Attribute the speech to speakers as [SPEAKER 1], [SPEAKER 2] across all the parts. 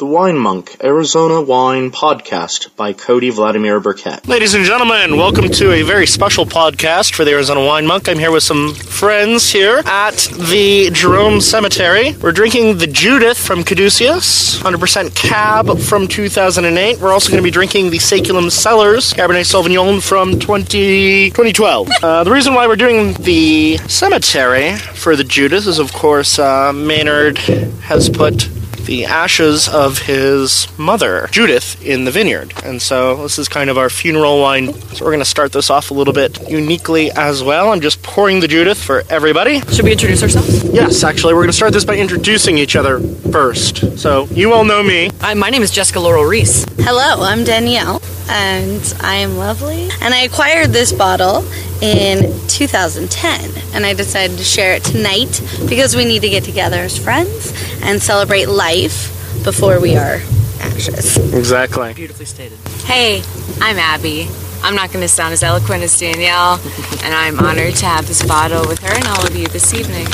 [SPEAKER 1] Wine Monk Arizona Wine Podcast by Cody Vladimir Burkett.
[SPEAKER 2] Ladies and gentlemen, welcome to a very special podcast for the Arizona Wine Monk. I'm here with some friends here at the Jerome Cemetery. We're drinking the Judith from Caduceus, 100% Cab from 2008. We're also going to be drinking the Saculum Cellars Cabernet Sauvignon from 20, 2012. Uh, the reason why we're doing the cemetery for the Judith is, of course, uh, Maynard has put the ashes of his mother, Judith, in the vineyard. And so this is kind of our funeral wine. So we're going to start this off a little bit uniquely as well. I'm just pouring the Judith for everybody.
[SPEAKER 3] Should we introduce ourselves?
[SPEAKER 2] Yes, actually, we're going to start this by introducing each other first. So you all know me.
[SPEAKER 3] I, my name is Jessica Laurel Reese.
[SPEAKER 4] Hello, I'm Danielle, and I am lovely. And I acquired this bottle in 2010, and I decided to share it tonight because we need to get together as friends and celebrate life before we are ashes.
[SPEAKER 2] Exactly.
[SPEAKER 3] Beautifully stated.
[SPEAKER 5] Hey, I'm Abby. I'm not going to sound as eloquent as Danielle, and I'm honored to have this bottle with her and all of you this evening.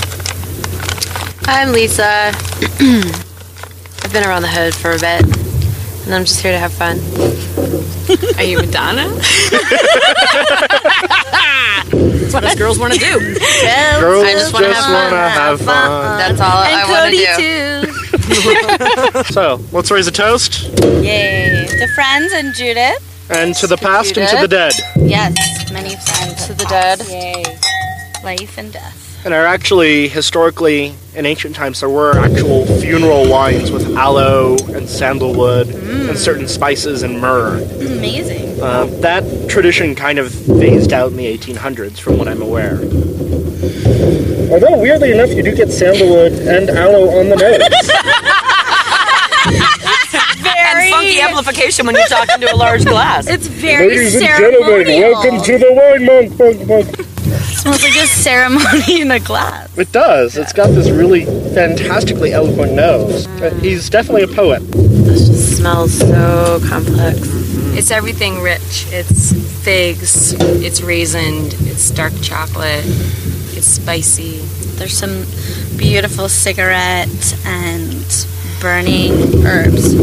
[SPEAKER 6] I'm Lisa. I've been around the hood for a bit, and I'm just here to have fun.
[SPEAKER 5] Are you Madonna?
[SPEAKER 3] That's what us girls want to do.
[SPEAKER 2] Girls
[SPEAKER 6] I just wanna have fun.
[SPEAKER 2] wanna have fun.
[SPEAKER 6] That's all
[SPEAKER 4] And
[SPEAKER 6] I want to
[SPEAKER 4] Cody
[SPEAKER 6] do.
[SPEAKER 4] too.
[SPEAKER 2] So let's raise a toast.
[SPEAKER 4] Yay! To friends and Judith.
[SPEAKER 2] And to the past and to the dead.
[SPEAKER 4] Yes, many friends
[SPEAKER 6] To the dead.
[SPEAKER 4] Yay! Life and death.
[SPEAKER 2] And are actually, historically, in ancient times, there were actual funeral wines with aloe and sandalwood and certain spices and myrrh.
[SPEAKER 4] Amazing.
[SPEAKER 2] Uh, that tradition kind of phased out in the 1800s, from what I'm aware. Although, weirdly enough, you do get sandalwood and aloe on the nose.
[SPEAKER 3] And funky amplification when you're talking to a large glass.
[SPEAKER 4] It's very ceremonial.
[SPEAKER 2] to the Wine Monk Monk Monk.
[SPEAKER 4] Smells like a ceremony in a glass.
[SPEAKER 2] It does. It's got this really fantastically eloquent nose. Uh, He's definitely a poet.
[SPEAKER 6] This just smells so complex.
[SPEAKER 5] It's everything rich. It's figs, it's raisined, it's dark chocolate, it's spicy.
[SPEAKER 4] There's some beautiful cigarette and burning herbs.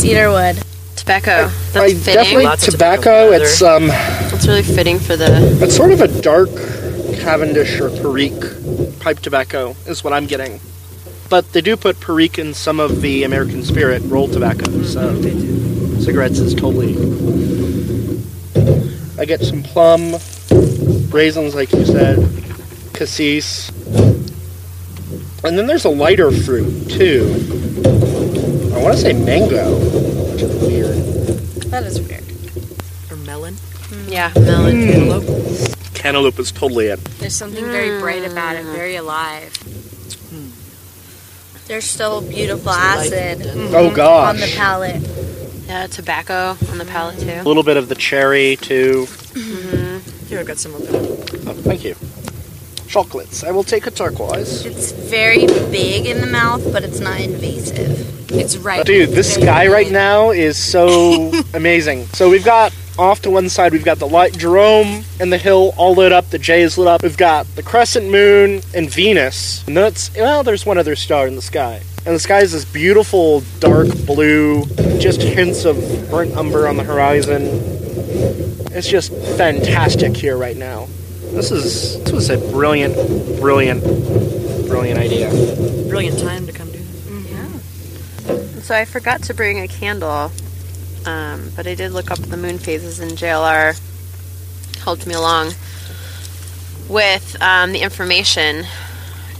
[SPEAKER 4] Cedarwood.
[SPEAKER 6] Tobacco. That's
[SPEAKER 2] I
[SPEAKER 6] fitting.
[SPEAKER 2] definitely
[SPEAKER 3] Lots of
[SPEAKER 2] tobacco.
[SPEAKER 3] tobacco
[SPEAKER 2] It's um,
[SPEAKER 6] That's really fitting for the.
[SPEAKER 2] it's sort of a dark Cavendish or Perique pipe tobacco is what I'm getting. But they do put Perique in some of the American Spirit rolled tobacco, so cigarettes is totally. I get some plum, raisins, like you said, cassis, and then there's a lighter fruit too. I want to say mango, which is weird.
[SPEAKER 4] That is weird.
[SPEAKER 3] Or melon.
[SPEAKER 6] Yeah, melon.
[SPEAKER 3] Cantaloupe.
[SPEAKER 2] Cantaloupe is totally it.
[SPEAKER 5] There's something very bright about it, very alive.
[SPEAKER 6] Hmm.
[SPEAKER 4] There's still beautiful
[SPEAKER 3] Light.
[SPEAKER 4] acid
[SPEAKER 2] Oh gosh.
[SPEAKER 4] Mm-hmm. on the palate.
[SPEAKER 6] Yeah, Uh, tobacco on the palate too.
[SPEAKER 2] A little bit of the cherry too.
[SPEAKER 3] Here, I've got some of them.
[SPEAKER 2] Oh, thank you. Chocolates. I will take a turquoise.
[SPEAKER 4] It's very big in the mouth, but it's not invasive.
[SPEAKER 5] It's ripe.
[SPEAKER 2] Dude, this
[SPEAKER 5] Very
[SPEAKER 2] sky right
[SPEAKER 5] ripe.
[SPEAKER 2] now is so amazing. So we've got off to one side, we've got the light Jerome and the hill all lit up. The J is lit up. We've got the crescent moon and Venus. And that's well, there's one other star in the sky. And the sky is this beautiful dark blue, just hints of burnt umber on the horizon. It's just fantastic here right now. This is this was a brilliant, brilliant, brilliant idea.
[SPEAKER 3] Brilliant time to come do that.
[SPEAKER 6] So I forgot to bring a candle, um, but I did look up the moon phases, and JLR helped me along with um, the information.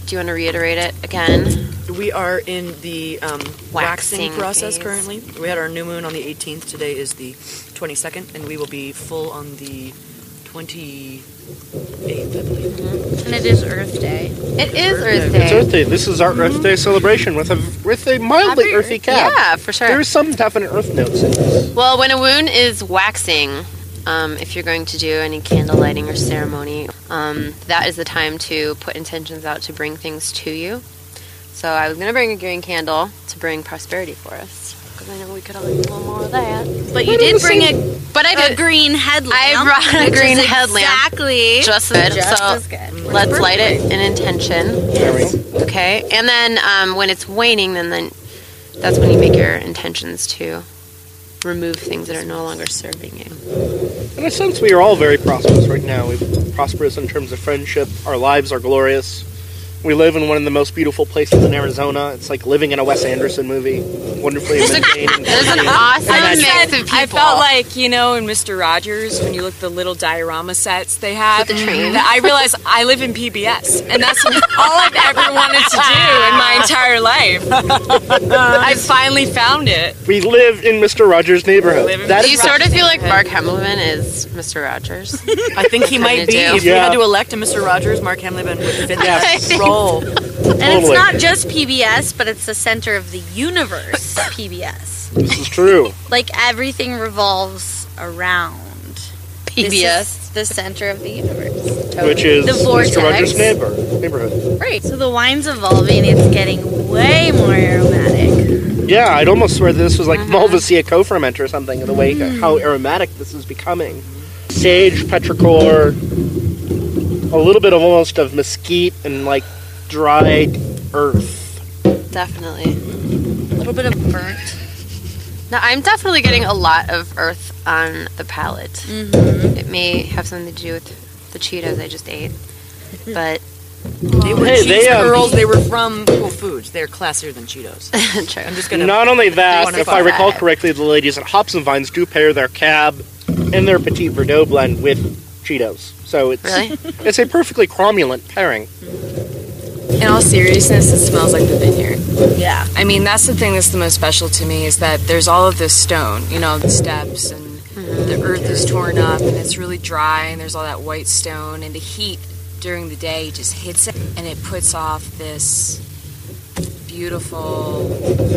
[SPEAKER 6] Do you want to reiterate it again?
[SPEAKER 3] We are in the um, waxing,
[SPEAKER 6] Waxing
[SPEAKER 3] process
[SPEAKER 6] phase.
[SPEAKER 3] currently. We had our new moon on the 18th. Today is the 22nd, and we will be full on the 28th, I believe.
[SPEAKER 4] And it is Earth Day.
[SPEAKER 6] It is Earth
[SPEAKER 2] It's
[SPEAKER 6] Day.
[SPEAKER 2] Earth Day. This is our Earth Day celebration with a with a mildly
[SPEAKER 4] Happy
[SPEAKER 2] earthy cap.
[SPEAKER 6] Yeah, for sure.
[SPEAKER 2] There's some definite Earth notes in this.
[SPEAKER 6] Well, when a wound is waxing, um, if you're going to do any candle lighting or ceremony, um, that is the time to put intentions out to bring things to you. So I was going to bring a green candle to bring prosperity for us. Because I know we could all use a little more of that.
[SPEAKER 4] But you did bring a,
[SPEAKER 6] But I
[SPEAKER 4] a
[SPEAKER 6] did
[SPEAKER 4] green headlamp.
[SPEAKER 6] I brought a
[SPEAKER 4] which is
[SPEAKER 6] green headlamp.
[SPEAKER 4] Exactly.
[SPEAKER 6] just as good.
[SPEAKER 4] Just
[SPEAKER 6] so
[SPEAKER 4] as good.
[SPEAKER 6] let's light it in intention. Okay. And then um, when it's waning, then, then that's when you make your intentions to remove things that are no longer serving you.
[SPEAKER 2] In a sense, we are all very prosperous right now. We're prosperous in terms of friendship. Our lives are glorious. We live in one of the most beautiful places in Arizona. It's like living in a Wes Anderson movie. Wonderfully maintained. and
[SPEAKER 6] There's an
[SPEAKER 2] clean.
[SPEAKER 6] awesome
[SPEAKER 5] I
[SPEAKER 6] mix
[SPEAKER 5] said-
[SPEAKER 6] of people.
[SPEAKER 5] I felt like you know in Mister Rogers when you look at the little diorama sets they have.
[SPEAKER 6] With the train.
[SPEAKER 5] that I realized I live in PBS, and that's all I've ever wanted to do in my entire life. I finally found it.
[SPEAKER 2] We live in Mr. Rogers'
[SPEAKER 5] Live
[SPEAKER 2] neighborhood.
[SPEAKER 5] in
[SPEAKER 2] That
[SPEAKER 6] Do
[SPEAKER 5] Mr.
[SPEAKER 6] you
[SPEAKER 2] is
[SPEAKER 6] sort of feel like Mark Hamilton is Mr. Rogers?
[SPEAKER 3] I think he might be.
[SPEAKER 6] do.
[SPEAKER 3] If we
[SPEAKER 2] Yeah.
[SPEAKER 3] had to elect a Mr. Rogers, Mark Hamlin would fit
[SPEAKER 6] I
[SPEAKER 3] that
[SPEAKER 6] think
[SPEAKER 3] role.
[SPEAKER 4] And it's
[SPEAKER 2] Totally.
[SPEAKER 4] not just PBS, but it's the center of the universe, PBS.
[SPEAKER 2] this is true.
[SPEAKER 4] Like everything revolves around This is the center of the universe.
[SPEAKER 2] Which is
[SPEAKER 4] The vortex.
[SPEAKER 2] Mr. Rogers' neighbor neighborhood.
[SPEAKER 4] Right. So the wine's evolving, it's getting way more aromatic.
[SPEAKER 2] Yeah, I'd almost swear that this was like Malvasia co-ferment or something in the way how aromatic this is becoming. Sage, petrichor, a little bit of almost of mesquite and like dried earth.
[SPEAKER 6] definitely.
[SPEAKER 4] A little bit of burnt.
[SPEAKER 6] No, I'm definitely getting a lot of earth on the palate. It may have something to do with the Cheetos I just ate, but
[SPEAKER 3] They were
[SPEAKER 2] Hey,
[SPEAKER 3] cheese
[SPEAKER 2] they, um,
[SPEAKER 3] curls. They were from Whole Foods. They're classier than Cheetos.
[SPEAKER 6] true.
[SPEAKER 3] I'm just gonna.
[SPEAKER 2] Not only that,
[SPEAKER 3] Wonderful.
[SPEAKER 2] if I recall correctly, the ladies at Hops and Vines do pair their cab and their Petit Verdot blend with Cheetos. So it's
[SPEAKER 6] Really?
[SPEAKER 2] it's a perfectly cromulent pairing.
[SPEAKER 5] In all seriousness, it smells like the vineyard.
[SPEAKER 4] Yeah.
[SPEAKER 5] I mean, that's the thing that's the most special to me is that there's all of this stone, you know, the steps and the earth is torn up and it's really dry and there's all that white stone and the heat during the day just hits it and it puts off this beautiful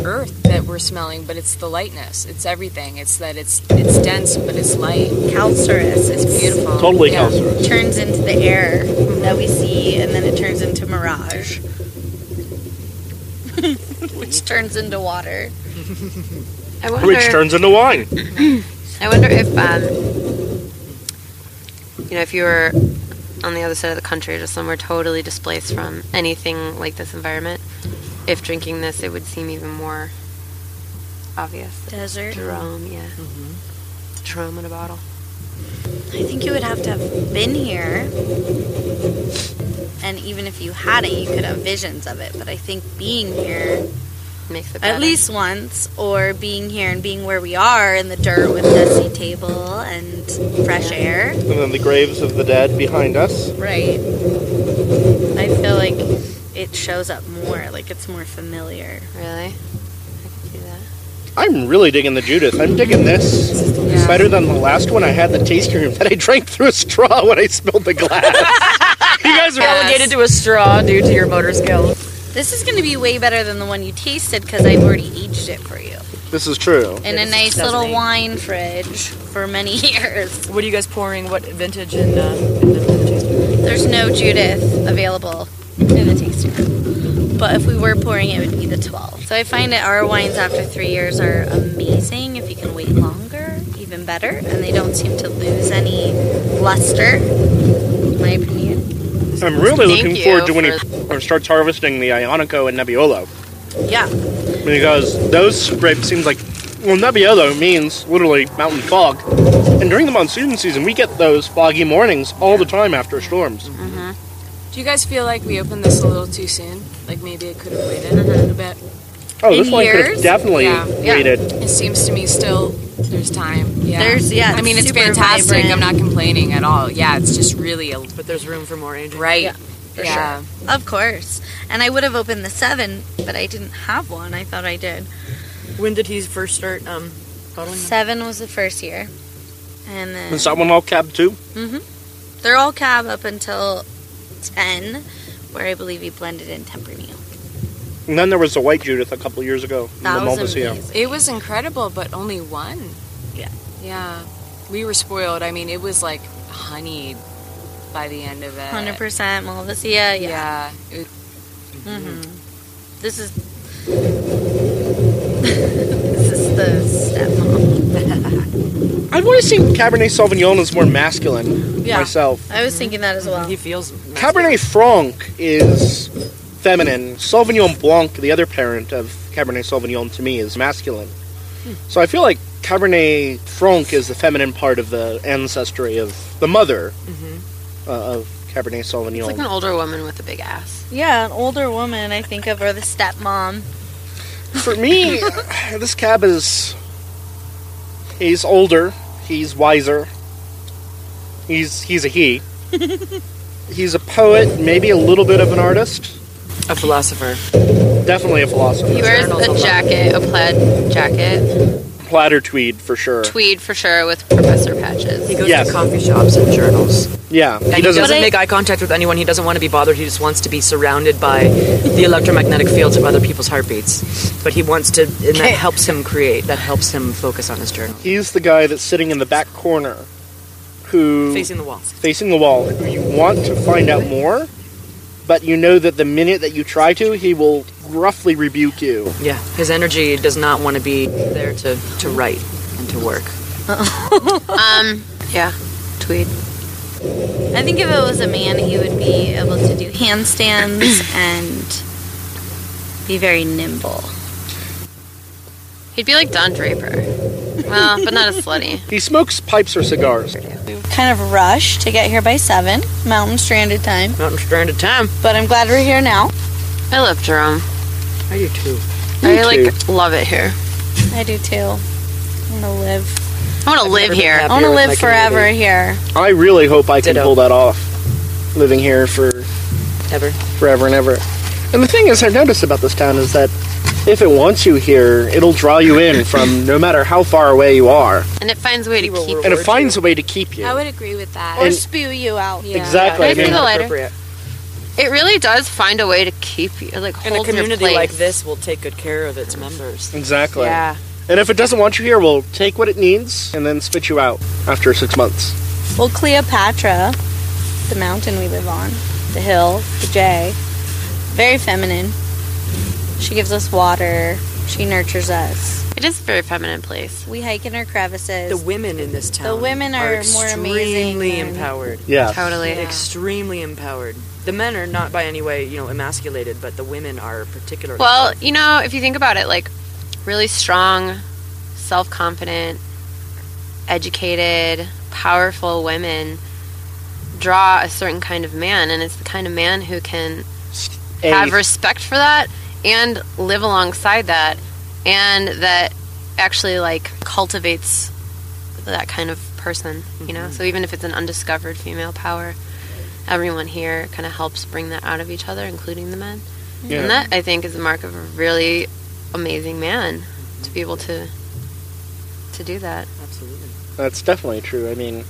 [SPEAKER 5] earth that we're smelling, but it's the lightness. It's everything. It's that it's it's dense but it's light.
[SPEAKER 4] Calcerous.
[SPEAKER 5] It's beautiful.
[SPEAKER 2] Totally
[SPEAKER 5] Yeah.
[SPEAKER 2] calciferous.
[SPEAKER 4] turns into the air that we see, and then it turns into mirage, which turns into water.
[SPEAKER 6] I wonder.
[SPEAKER 2] Which turns into wine.
[SPEAKER 6] I wonder if, um, you know, if you were on the other side of the country, just somewhere totally displaced from anything like this environment, if drinking this, it would seem even more obvious.
[SPEAKER 4] Desert.
[SPEAKER 6] Jerome, yeah. Jerome in a bottle.
[SPEAKER 4] I think you would have to have been here, and even if you hadn't, you could have visions of it. But I think being here
[SPEAKER 6] Makes it better.
[SPEAKER 4] at least once, or being here and being where we are in the dirt with dusty table and fresh air,
[SPEAKER 2] And then the graves of the dead behind us.
[SPEAKER 4] right? I feel like it shows up more, like it's more familiar.
[SPEAKER 6] Really? I can see that.
[SPEAKER 2] I'm really digging the Judith. I'm digging this
[SPEAKER 5] Yeah.
[SPEAKER 2] better than the last one I had the tasting room that I drank through a straw when I spilled the glass. you guys are
[SPEAKER 3] Relegated to a straw due to your motor skills.
[SPEAKER 4] This is going to be way better than the one you tasted because I've already aged it for you
[SPEAKER 2] This is true.
[SPEAKER 4] in
[SPEAKER 3] Yeah,
[SPEAKER 4] a
[SPEAKER 3] this
[SPEAKER 4] nice little
[SPEAKER 3] 2008.
[SPEAKER 4] wine fridge for many years.
[SPEAKER 3] What are you guys pouring? What vintage and uh, in the- in the tasting room?
[SPEAKER 4] There's no Judith available in the tasting room, but if we were pouring, it would be the 12. So I find that our wines after three years are amazing. If you can wait longer, even better, and they don't seem to lose any luster. in My opinion.
[SPEAKER 2] I'm really
[SPEAKER 6] Thank
[SPEAKER 2] looking
[SPEAKER 6] you
[SPEAKER 2] forward to when he
[SPEAKER 6] for-
[SPEAKER 2] or starts harvesting the Ionico and Nebbiolo
[SPEAKER 4] Yeah.
[SPEAKER 2] because those grapes seems like well Nebbiolo means literally mountain fog, and during the monsoon season we get those foggy mornings all the time after storms.
[SPEAKER 5] Do you guys feel like we opened this a little too soon? Like maybe it could have waited a little bit.
[SPEAKER 2] Oh,
[SPEAKER 4] In
[SPEAKER 2] this wine could
[SPEAKER 4] years?
[SPEAKER 2] have definitely
[SPEAKER 5] Yeah. Yeah.
[SPEAKER 2] waited.
[SPEAKER 5] It seems to me still there's time. Yeah.
[SPEAKER 4] There's- yeah,
[SPEAKER 5] I mean,
[SPEAKER 4] it's
[SPEAKER 5] it's
[SPEAKER 4] super
[SPEAKER 5] fantastic.
[SPEAKER 4] vibrant.
[SPEAKER 5] I'm not complaining at all. Yeah, it's just really a
[SPEAKER 3] But there's room for more aging.
[SPEAKER 5] right.
[SPEAKER 4] Yeah,
[SPEAKER 5] Yeah.
[SPEAKER 4] for Of course. And I would have opened the seven, but I didn't have one. I thought I did.
[SPEAKER 3] When did he first start um, bottling? them?
[SPEAKER 4] Seven was the first year. And then
[SPEAKER 2] Is that one all cab too?
[SPEAKER 4] they're all cab up until 10, where I believe you blended in Tempranillo.
[SPEAKER 2] And then there was the White Judith a couple years ago.
[SPEAKER 4] That
[SPEAKER 2] the
[SPEAKER 4] was
[SPEAKER 2] Malvasia.
[SPEAKER 4] amazing.
[SPEAKER 5] It was incredible, but only one.
[SPEAKER 4] Yeah.
[SPEAKER 5] Yeah. We were spoiled. I mean, it was like honeyed by the end of it.
[SPEAKER 4] 100% Malvasia, yeah. Mm-hmm.
[SPEAKER 5] Yeah. It-
[SPEAKER 6] Mm-hmm.
[SPEAKER 4] This is. this is the stepmom.
[SPEAKER 2] I've always seen Cabernet Sauvignon as more masculine
[SPEAKER 4] Yeah.
[SPEAKER 2] myself.
[SPEAKER 4] I was thinking that as well.
[SPEAKER 3] He feels.
[SPEAKER 2] Cabernet Franc is feminine. Sauvignon Blanc, the other parent of Cabernet Sauvignon to me, is masculine.
[SPEAKER 6] Hmm.
[SPEAKER 2] So I feel like Cabernet Franc is the feminine part of the ancestry of the mother uh, of Cabernet Sauvignon.
[SPEAKER 6] Mm-hmm. It's like an older woman with a big ass.
[SPEAKER 4] Yeah, an older woman, I think of, or the stepmom.
[SPEAKER 2] For me, this cab is. He's older. He's wiser. He's he's a he. he's a poet, maybe a little bit of an artist.
[SPEAKER 5] A philosopher.
[SPEAKER 2] Definitely a philosopher.
[SPEAKER 6] He wears a jacket, a plaid jacket,
[SPEAKER 2] Platter tweed for sure.
[SPEAKER 6] tweed for sure, with professor
[SPEAKER 5] He
[SPEAKER 6] patches.
[SPEAKER 5] goes
[SPEAKER 2] Yes.
[SPEAKER 5] to coffee shops and journals.
[SPEAKER 2] Yeah,
[SPEAKER 5] And
[SPEAKER 2] he doesn't.
[SPEAKER 4] But I-
[SPEAKER 5] make
[SPEAKER 3] Make eye contact with anyone. He doesn't want to be bothered. He just wants to be surrounded by the electromagnetic fields of other people's heartbeats. But he wants to, and that helps him create. That helps him focus on his journal.
[SPEAKER 2] He's the guy that's sitting in the back corner, who
[SPEAKER 3] Mm. Facing the wall.
[SPEAKER 2] facing the wall. Who you want to find out more, but you know that the minute that you try to, he will gruffly rebuke you.
[SPEAKER 3] Yeah, his energy does not want to be there to, to write and to work.
[SPEAKER 6] Um, yeah, tweed.
[SPEAKER 4] I think if it was a man, he would be able to do handstands and be very nimble.
[SPEAKER 6] He'd be like Don Draper. Well, but not as slutty.
[SPEAKER 2] He smokes pipes or cigars.
[SPEAKER 4] Kind of rushed to get here by seven, mountain stranded time.
[SPEAKER 3] Mountain stranded time.
[SPEAKER 4] But I'm glad we're here now.
[SPEAKER 6] I love Jerome.
[SPEAKER 3] I do too.
[SPEAKER 6] I like love it here.
[SPEAKER 4] I do too. I want to live.
[SPEAKER 6] I want to live
[SPEAKER 3] never been
[SPEAKER 6] here.
[SPEAKER 4] I
[SPEAKER 3] happy.
[SPEAKER 4] want to
[SPEAKER 3] Here with my
[SPEAKER 4] live forever
[SPEAKER 3] community.
[SPEAKER 4] here.
[SPEAKER 2] I really hope I can
[SPEAKER 3] Ditto.
[SPEAKER 2] pull that off. Living here for
[SPEAKER 3] Ever.
[SPEAKER 2] forever and ever. And the thing is, I've noticed about this town is that if it wants you here, it'll draw you in from no matter how far away you are,
[SPEAKER 6] And it finds a way to
[SPEAKER 3] will
[SPEAKER 6] keep.
[SPEAKER 2] and it
[SPEAKER 3] Or
[SPEAKER 2] finds a way to keep you.
[SPEAKER 7] I
[SPEAKER 6] Oh,
[SPEAKER 7] would agree with that.
[SPEAKER 4] Or
[SPEAKER 2] And-
[SPEAKER 4] spew you out.
[SPEAKER 7] Yeah.
[SPEAKER 2] Exactly.
[SPEAKER 6] Can I see the lighter?
[SPEAKER 3] Appropriate.
[SPEAKER 6] It really does find a way to keep you, like
[SPEAKER 3] And a
[SPEAKER 6] hold in your
[SPEAKER 3] community
[SPEAKER 6] place.
[SPEAKER 3] like this will take good care of its members.
[SPEAKER 2] Exactly.
[SPEAKER 6] Yeah.
[SPEAKER 2] And if it doesn't want you here, we'll take what it needs and then spit you out after six months.
[SPEAKER 4] Well, Cleopatra, the mountain we live on, the hill, the J, very feminine. She gives us water. She nurtures us.
[SPEAKER 6] It is a very feminine place.
[SPEAKER 4] We hike in her crevices.
[SPEAKER 3] The women in this town.
[SPEAKER 4] women
[SPEAKER 3] are,
[SPEAKER 4] are more amazing
[SPEAKER 3] extremely
[SPEAKER 4] than-
[SPEAKER 3] empowered.
[SPEAKER 2] Yeah.
[SPEAKER 6] Totally.
[SPEAKER 3] Extremely empowered. The men are not by any way, you know, emasculated, but the women are particularly.
[SPEAKER 6] Well, you know, if you think about it, like really strong, self confident, educated, powerful women draw a certain kind of man, and it's the kind of man who can
[SPEAKER 2] A-
[SPEAKER 6] have respect for that and live alongside that, and that actually like cultivates that kind of person, you
[SPEAKER 2] Mm-hmm.
[SPEAKER 6] know? So even if it's an undiscovered female power, everyone here kind of helps bring that out of each other, including the men.
[SPEAKER 2] yeah.
[SPEAKER 6] And that I think is a mark of a really amazing man to be able to to do that.
[SPEAKER 3] Absolutely.
[SPEAKER 2] That's definitely true. I mean,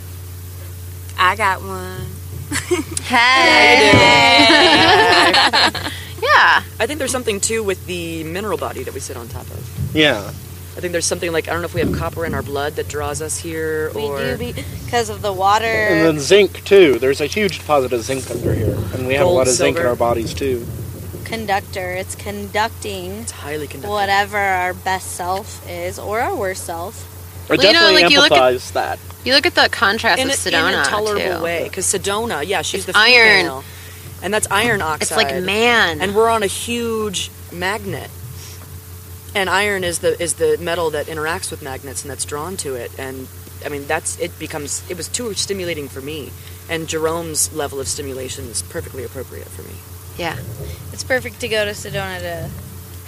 [SPEAKER 7] I got one.
[SPEAKER 6] Yeah.
[SPEAKER 3] I think there's something too with the mineral body that we sit on top of.
[SPEAKER 2] yeah.
[SPEAKER 3] I think there's something like I don't know if we have copper in our blood that draws us here,
[SPEAKER 4] we
[SPEAKER 3] or
[SPEAKER 4] do because of the water.
[SPEAKER 2] And then zinc, too. There's a huge deposit of zinc under here. And we have a
[SPEAKER 3] Gold,
[SPEAKER 2] lot of zinc in
[SPEAKER 3] silver.
[SPEAKER 2] our bodies, too.
[SPEAKER 4] conductor. It's conducting
[SPEAKER 3] it's highly conductive.
[SPEAKER 4] whatever our best self is or our worst self.
[SPEAKER 2] It
[SPEAKER 6] Well, you know,
[SPEAKER 2] definitely
[SPEAKER 6] like, you look at-
[SPEAKER 2] amplifies that.
[SPEAKER 6] You look at the contrast
[SPEAKER 3] in, a,
[SPEAKER 6] of
[SPEAKER 3] in
[SPEAKER 6] Sedona
[SPEAKER 3] a tolerable
[SPEAKER 6] too.
[SPEAKER 3] way, because Sedona, yeah, she's the
[SPEAKER 6] It's iron.
[SPEAKER 3] female, and that's iron oxide.
[SPEAKER 6] It's like man.
[SPEAKER 3] and we're on a huge magnet and iron is the is the metal that interacts with magnets and that's drawn to it and i mean that's it becomes it was too stimulating for me and jerome's level of stimulation is perfectly appropriate for me
[SPEAKER 4] It's perfect to go to Sedona to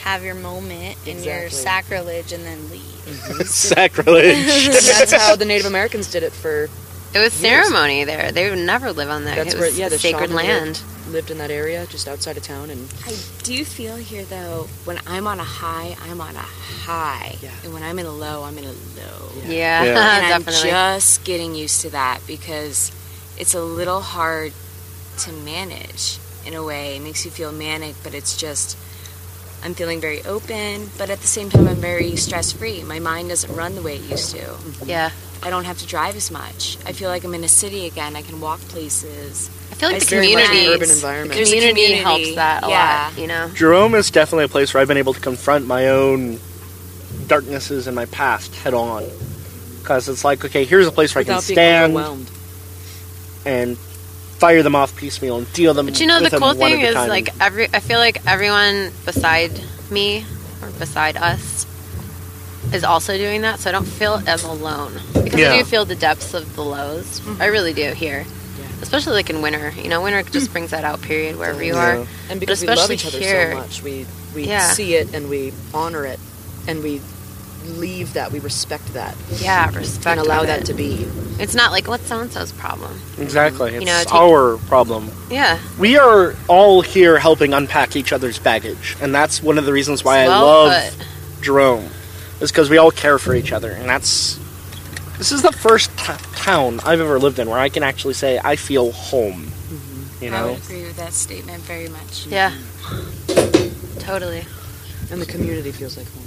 [SPEAKER 4] have your moment and your
[SPEAKER 3] Exactly.
[SPEAKER 4] sacrilege and then leave.
[SPEAKER 2] Sacrilege.
[SPEAKER 3] and that's how the native americans did it for
[SPEAKER 6] it was
[SPEAKER 3] Years.
[SPEAKER 6] ceremony there. They would never live on that.
[SPEAKER 3] That's
[SPEAKER 6] it
[SPEAKER 3] where-
[SPEAKER 6] was
[SPEAKER 3] yeah, the
[SPEAKER 6] sacred
[SPEAKER 3] shaman lived.
[SPEAKER 6] land.
[SPEAKER 3] lived in that area just outside of town and
[SPEAKER 7] I do feel here though, when I'm on a high, I'm on a high.
[SPEAKER 3] Yeah.
[SPEAKER 7] And when I'm in a low, I'm in a low.
[SPEAKER 6] Yeah,
[SPEAKER 2] Yeah.
[SPEAKER 7] And I'm
[SPEAKER 6] definitely.
[SPEAKER 7] just getting used to that because it's a little hard to manage in a way. It makes you feel manic, but it's just I'm feeling very open, but at the same time I'm very stress free. My mind doesn't run the way it used to.
[SPEAKER 6] yeah.
[SPEAKER 7] I don't have to drive as much. I feel like I'm in a city again. I can walk places.
[SPEAKER 6] I feel like
[SPEAKER 7] It's
[SPEAKER 6] the
[SPEAKER 7] very much an
[SPEAKER 6] community,
[SPEAKER 7] urban
[SPEAKER 3] environment.
[SPEAKER 7] There's a
[SPEAKER 6] community
[SPEAKER 7] community.
[SPEAKER 6] helps that a
[SPEAKER 7] Yeah.
[SPEAKER 6] lot, you know?
[SPEAKER 2] Jerome is definitely a place where I've been able to confront my own darknesses in my past head on. Because it's like, okay, here's a place where I
[SPEAKER 3] without
[SPEAKER 2] can
[SPEAKER 3] being
[SPEAKER 2] stand
[SPEAKER 3] overwhelmed
[SPEAKER 2] and fire them off piecemeal and deal them.
[SPEAKER 6] But you know,
[SPEAKER 2] with
[SPEAKER 6] the
[SPEAKER 2] them
[SPEAKER 6] cool
[SPEAKER 2] one at
[SPEAKER 6] thing
[SPEAKER 2] a
[SPEAKER 6] is
[SPEAKER 2] time.
[SPEAKER 6] like every. I feel like everyone beside me or beside us is also doing that, so I don't feel as alone because
[SPEAKER 2] Yeah.
[SPEAKER 6] I do feel the depths of the lows. I really do here, especially like in winter. You know, winter just brings that out. Period wherever you
[SPEAKER 2] Yeah.
[SPEAKER 6] are.
[SPEAKER 3] And because we love
[SPEAKER 6] especially
[SPEAKER 3] each other
[SPEAKER 6] here.
[SPEAKER 3] so much, we we
[SPEAKER 6] Yeah.
[SPEAKER 3] see it and we honor it, and we leave that. We respect that
[SPEAKER 6] Yeah, respect.
[SPEAKER 3] and allow
[SPEAKER 6] of
[SPEAKER 3] that
[SPEAKER 6] it.
[SPEAKER 3] to be.
[SPEAKER 6] It's not like what's so and so's problem.
[SPEAKER 2] exactly, it's
[SPEAKER 6] know, take-
[SPEAKER 2] our problem.
[SPEAKER 6] Yeah,
[SPEAKER 2] We are all here helping unpack each other's baggage, and that's one of the reasons why
[SPEAKER 6] It's
[SPEAKER 2] I
[SPEAKER 6] well
[SPEAKER 2] love Jerome, is because we all care for each other, and that's. This is the first t- town I've ever lived in where I can actually say I feel home. You
[SPEAKER 5] I
[SPEAKER 2] know,
[SPEAKER 5] would agree with that statement very much.
[SPEAKER 6] yeah, totally.
[SPEAKER 3] And the community feels like home.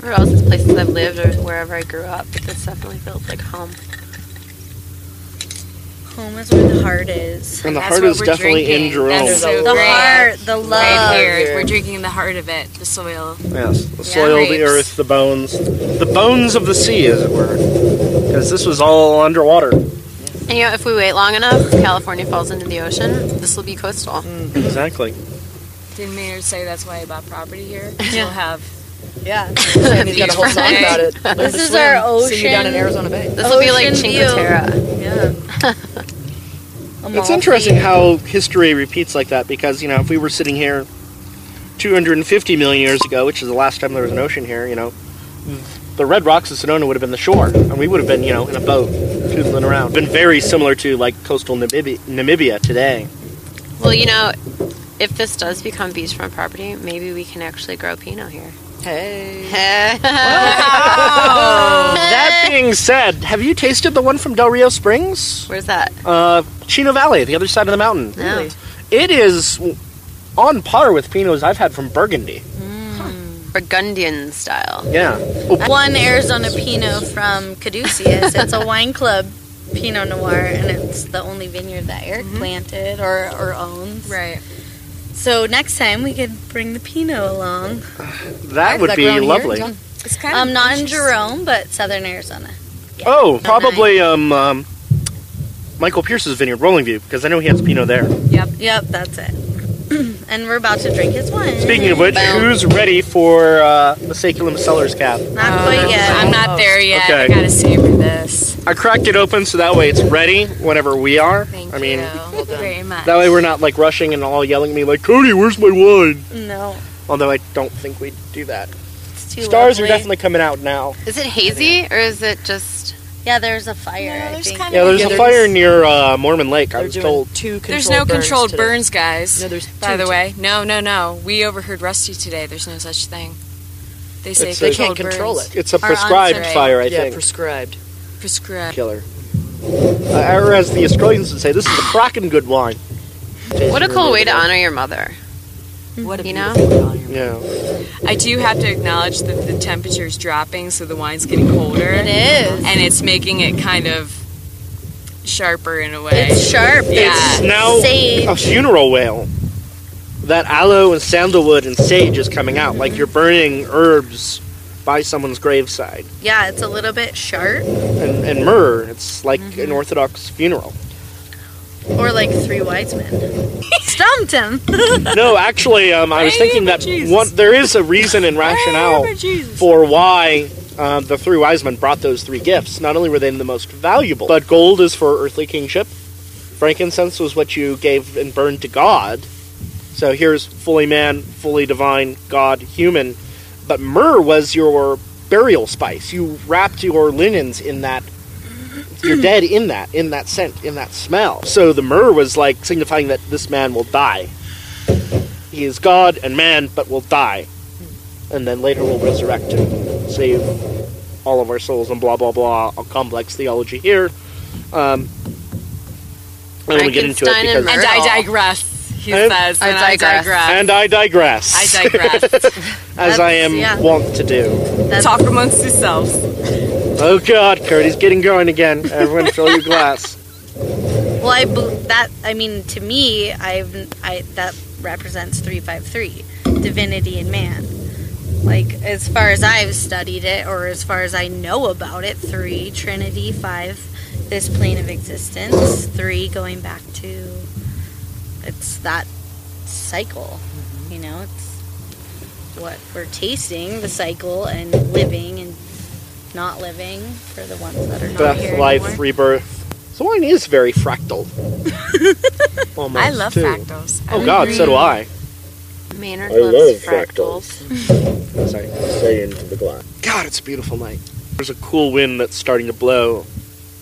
[SPEAKER 6] Where else is places I've lived or wherever I grew up, but this definitely feels like home.
[SPEAKER 4] Home is where the heart is.
[SPEAKER 2] and the
[SPEAKER 5] That's
[SPEAKER 2] heart
[SPEAKER 5] what
[SPEAKER 2] is
[SPEAKER 5] we're
[SPEAKER 2] definitely in
[SPEAKER 5] drinking.
[SPEAKER 2] Jerome.
[SPEAKER 5] That's so
[SPEAKER 4] The
[SPEAKER 5] great.
[SPEAKER 4] heart, the love.
[SPEAKER 5] Right here,
[SPEAKER 3] here.
[SPEAKER 5] we're drinking the heart of it, the soil.
[SPEAKER 2] Yes, the soil, the
[SPEAKER 5] grapes.
[SPEAKER 2] earth, the bones, the bones of the sea, as it were, because this was all underwater.
[SPEAKER 6] And you know, if we wait long enough, California falls into the ocean. This will be coastal.
[SPEAKER 4] Mm.
[SPEAKER 2] Exactly.
[SPEAKER 5] Didn't Maynard say that's why I bought property here? You'll have
[SPEAKER 3] Yeah, and he's got a whole song about it. Learn
[SPEAKER 4] This
[SPEAKER 3] to
[SPEAKER 4] is
[SPEAKER 3] swim.
[SPEAKER 4] our
[SPEAKER 3] See you down in
[SPEAKER 4] ocean.
[SPEAKER 3] Arizona Bay.
[SPEAKER 6] This will be like
[SPEAKER 4] Ocean
[SPEAKER 6] Cinque
[SPEAKER 4] view.
[SPEAKER 6] Terre.
[SPEAKER 4] Yeah.
[SPEAKER 2] It's interesting how history repeats like that because, you know, if we were sitting here 250 million years ago, which is the last time there was an ocean here, you know, the Red Rocks of Sonona would have been the shore, and we would have been, you know, in a boat tootling around. Been very similar to, like, coastal Namibia, Namibia today.
[SPEAKER 6] Well, you know, if this does become beachfront property, maybe we can actually grow Pinot here.
[SPEAKER 3] Hey,
[SPEAKER 2] That being said, have you tasted the one from Del Rio Springs?
[SPEAKER 6] Where's that?
[SPEAKER 2] Uh, Chino Valley, the other side of the mountain.
[SPEAKER 6] No.
[SPEAKER 2] It is on par with Pinots I've had from Burgundy.
[SPEAKER 6] Burgundian style.
[SPEAKER 2] Yeah.
[SPEAKER 4] One Arizona Pinot from Caduceus. it's a wine club Pinot Noir, and it's the only vineyard that Eric planted or, or owns.
[SPEAKER 5] right.
[SPEAKER 4] So next time we could bring the Pinot along.
[SPEAKER 2] That would
[SPEAKER 3] that grown
[SPEAKER 2] be
[SPEAKER 3] here?
[SPEAKER 2] lovely.
[SPEAKER 3] Don't-
[SPEAKER 5] It's kind
[SPEAKER 4] Um, not in
[SPEAKER 5] interesting.
[SPEAKER 4] Jerome, but Southern Arizona.
[SPEAKER 2] Oh, probably um, um, Michael Pierce's vineyard, Rolling View, because I know he has Pinot there.
[SPEAKER 4] Yep, that's it. and we're about to drink his wine.
[SPEAKER 2] Speaking of which, who's ready for uh, the Saculum Sellers Cap?
[SPEAKER 4] not
[SPEAKER 2] Oh.
[SPEAKER 4] quite yet.
[SPEAKER 5] I'm not there yet. I
[SPEAKER 2] Okay.
[SPEAKER 5] gotta savor this.
[SPEAKER 2] I cracked it open so that way it's ready whenever we are.
[SPEAKER 5] Thank
[SPEAKER 2] I mean,
[SPEAKER 5] you very much.
[SPEAKER 2] that way we're not like rushing and all yelling at me like, Cody, where's my wine?
[SPEAKER 4] No,
[SPEAKER 2] Although I don't think we do that.
[SPEAKER 4] it's too
[SPEAKER 2] Stars
[SPEAKER 4] lovely.
[SPEAKER 2] are definitely coming out now.
[SPEAKER 6] Is it hazy or is it just?
[SPEAKER 4] Yeah, there's a fire. I
[SPEAKER 5] there's
[SPEAKER 4] think.
[SPEAKER 5] kind
[SPEAKER 2] Yeah,
[SPEAKER 5] of
[SPEAKER 2] there's
[SPEAKER 3] Yeah,
[SPEAKER 2] a
[SPEAKER 3] there's-
[SPEAKER 2] fire near uh, Mormon Lake. I
[SPEAKER 3] they're
[SPEAKER 2] was
[SPEAKER 3] doing
[SPEAKER 2] told.
[SPEAKER 3] two controlled
[SPEAKER 5] there's no
[SPEAKER 3] burns
[SPEAKER 5] controlled
[SPEAKER 3] today.
[SPEAKER 5] burns, guys.
[SPEAKER 3] No, there's two
[SPEAKER 5] By the
[SPEAKER 3] today.
[SPEAKER 5] way, no, no, no. We overheard Rusty today. There's no such thing. They say
[SPEAKER 2] It's a-
[SPEAKER 5] they
[SPEAKER 2] They
[SPEAKER 3] can't control it.
[SPEAKER 2] It's a
[SPEAKER 4] Our
[SPEAKER 2] prescribed
[SPEAKER 5] onsite.
[SPEAKER 2] fire, I
[SPEAKER 3] yeah,
[SPEAKER 2] think.
[SPEAKER 3] prescribed.
[SPEAKER 5] Prescribe.
[SPEAKER 2] Killer. Uh, or as the Australians would say, this is a cracking good wine.
[SPEAKER 6] What a cool way to honor your mother.
[SPEAKER 3] What a
[SPEAKER 6] You know?
[SPEAKER 3] beautiful volume.
[SPEAKER 2] Yeah.
[SPEAKER 5] I do have to acknowledge that the temperature is dropping, so the wine's getting colder. It
[SPEAKER 4] is.
[SPEAKER 5] and it's making it kind of sharper in a way.
[SPEAKER 4] It's sharp.
[SPEAKER 5] Yeah.
[SPEAKER 2] It's now
[SPEAKER 4] Sage.
[SPEAKER 2] a funeral whale. That aloe and sandalwood and sage is coming out. Like you're burning herbs by someone's graveside.
[SPEAKER 4] Yeah, it's a little bit sharp,
[SPEAKER 2] And, and myrrh, it's like an Orthodox funeral.
[SPEAKER 4] or like three wise men. Stumped him.
[SPEAKER 2] no, actually, um, I was thinking that one, there is a reason and rationale for why um, the three wise men brought those three gifts. Not only were they the most valuable, but gold is for earthly kingship. Frankincense was what you gave and burned to God. So here's fully man, fully divine, God, human. But myrrh was your burial spice. You wrapped your linens in that you're dead in that, in that scent, in that smell. So the myrrh was like signifying that this man will die. He is God and man, but will die. And then later will resurrect him, save all of our souls, and blah, blah, blah. A complex theology here. Um, I don't want to get into it
[SPEAKER 6] Frankenstein and
[SPEAKER 2] because.
[SPEAKER 5] And
[SPEAKER 6] Myrtle.
[SPEAKER 5] I digress, he
[SPEAKER 2] And-
[SPEAKER 5] says.
[SPEAKER 6] I
[SPEAKER 5] and I
[SPEAKER 6] digress.
[SPEAKER 5] digress.
[SPEAKER 2] And I digress.
[SPEAKER 5] I digress.
[SPEAKER 2] as I am
[SPEAKER 4] That's- yeah.
[SPEAKER 2] wont to do.
[SPEAKER 4] That's
[SPEAKER 5] Talk amongst yourselves.
[SPEAKER 2] Oh God, Cody's getting going again. Everyone, fill your glass.
[SPEAKER 4] Well, I bel- that I mean to me, I've I that represents three five three, divinity and man. Like as far as I've studied it, or as far as I know about it, three Trinity five this plane of existence. Three, going back to it's that cycle. You know, it's what we're tasting the cycle and living and not living for the ones that are not here
[SPEAKER 2] Death, life,
[SPEAKER 4] anymore.
[SPEAKER 2] rebirth. The wine is very fractal. Almost,
[SPEAKER 5] I love
[SPEAKER 2] too.
[SPEAKER 5] fractals.
[SPEAKER 2] Oh God, so do I.
[SPEAKER 6] Maynard
[SPEAKER 8] I
[SPEAKER 6] loves
[SPEAKER 8] love
[SPEAKER 6] fractals.
[SPEAKER 2] Sorry.
[SPEAKER 8] Say into the glass.
[SPEAKER 2] God, it's a beautiful night. There's a cool wind that's starting to blow,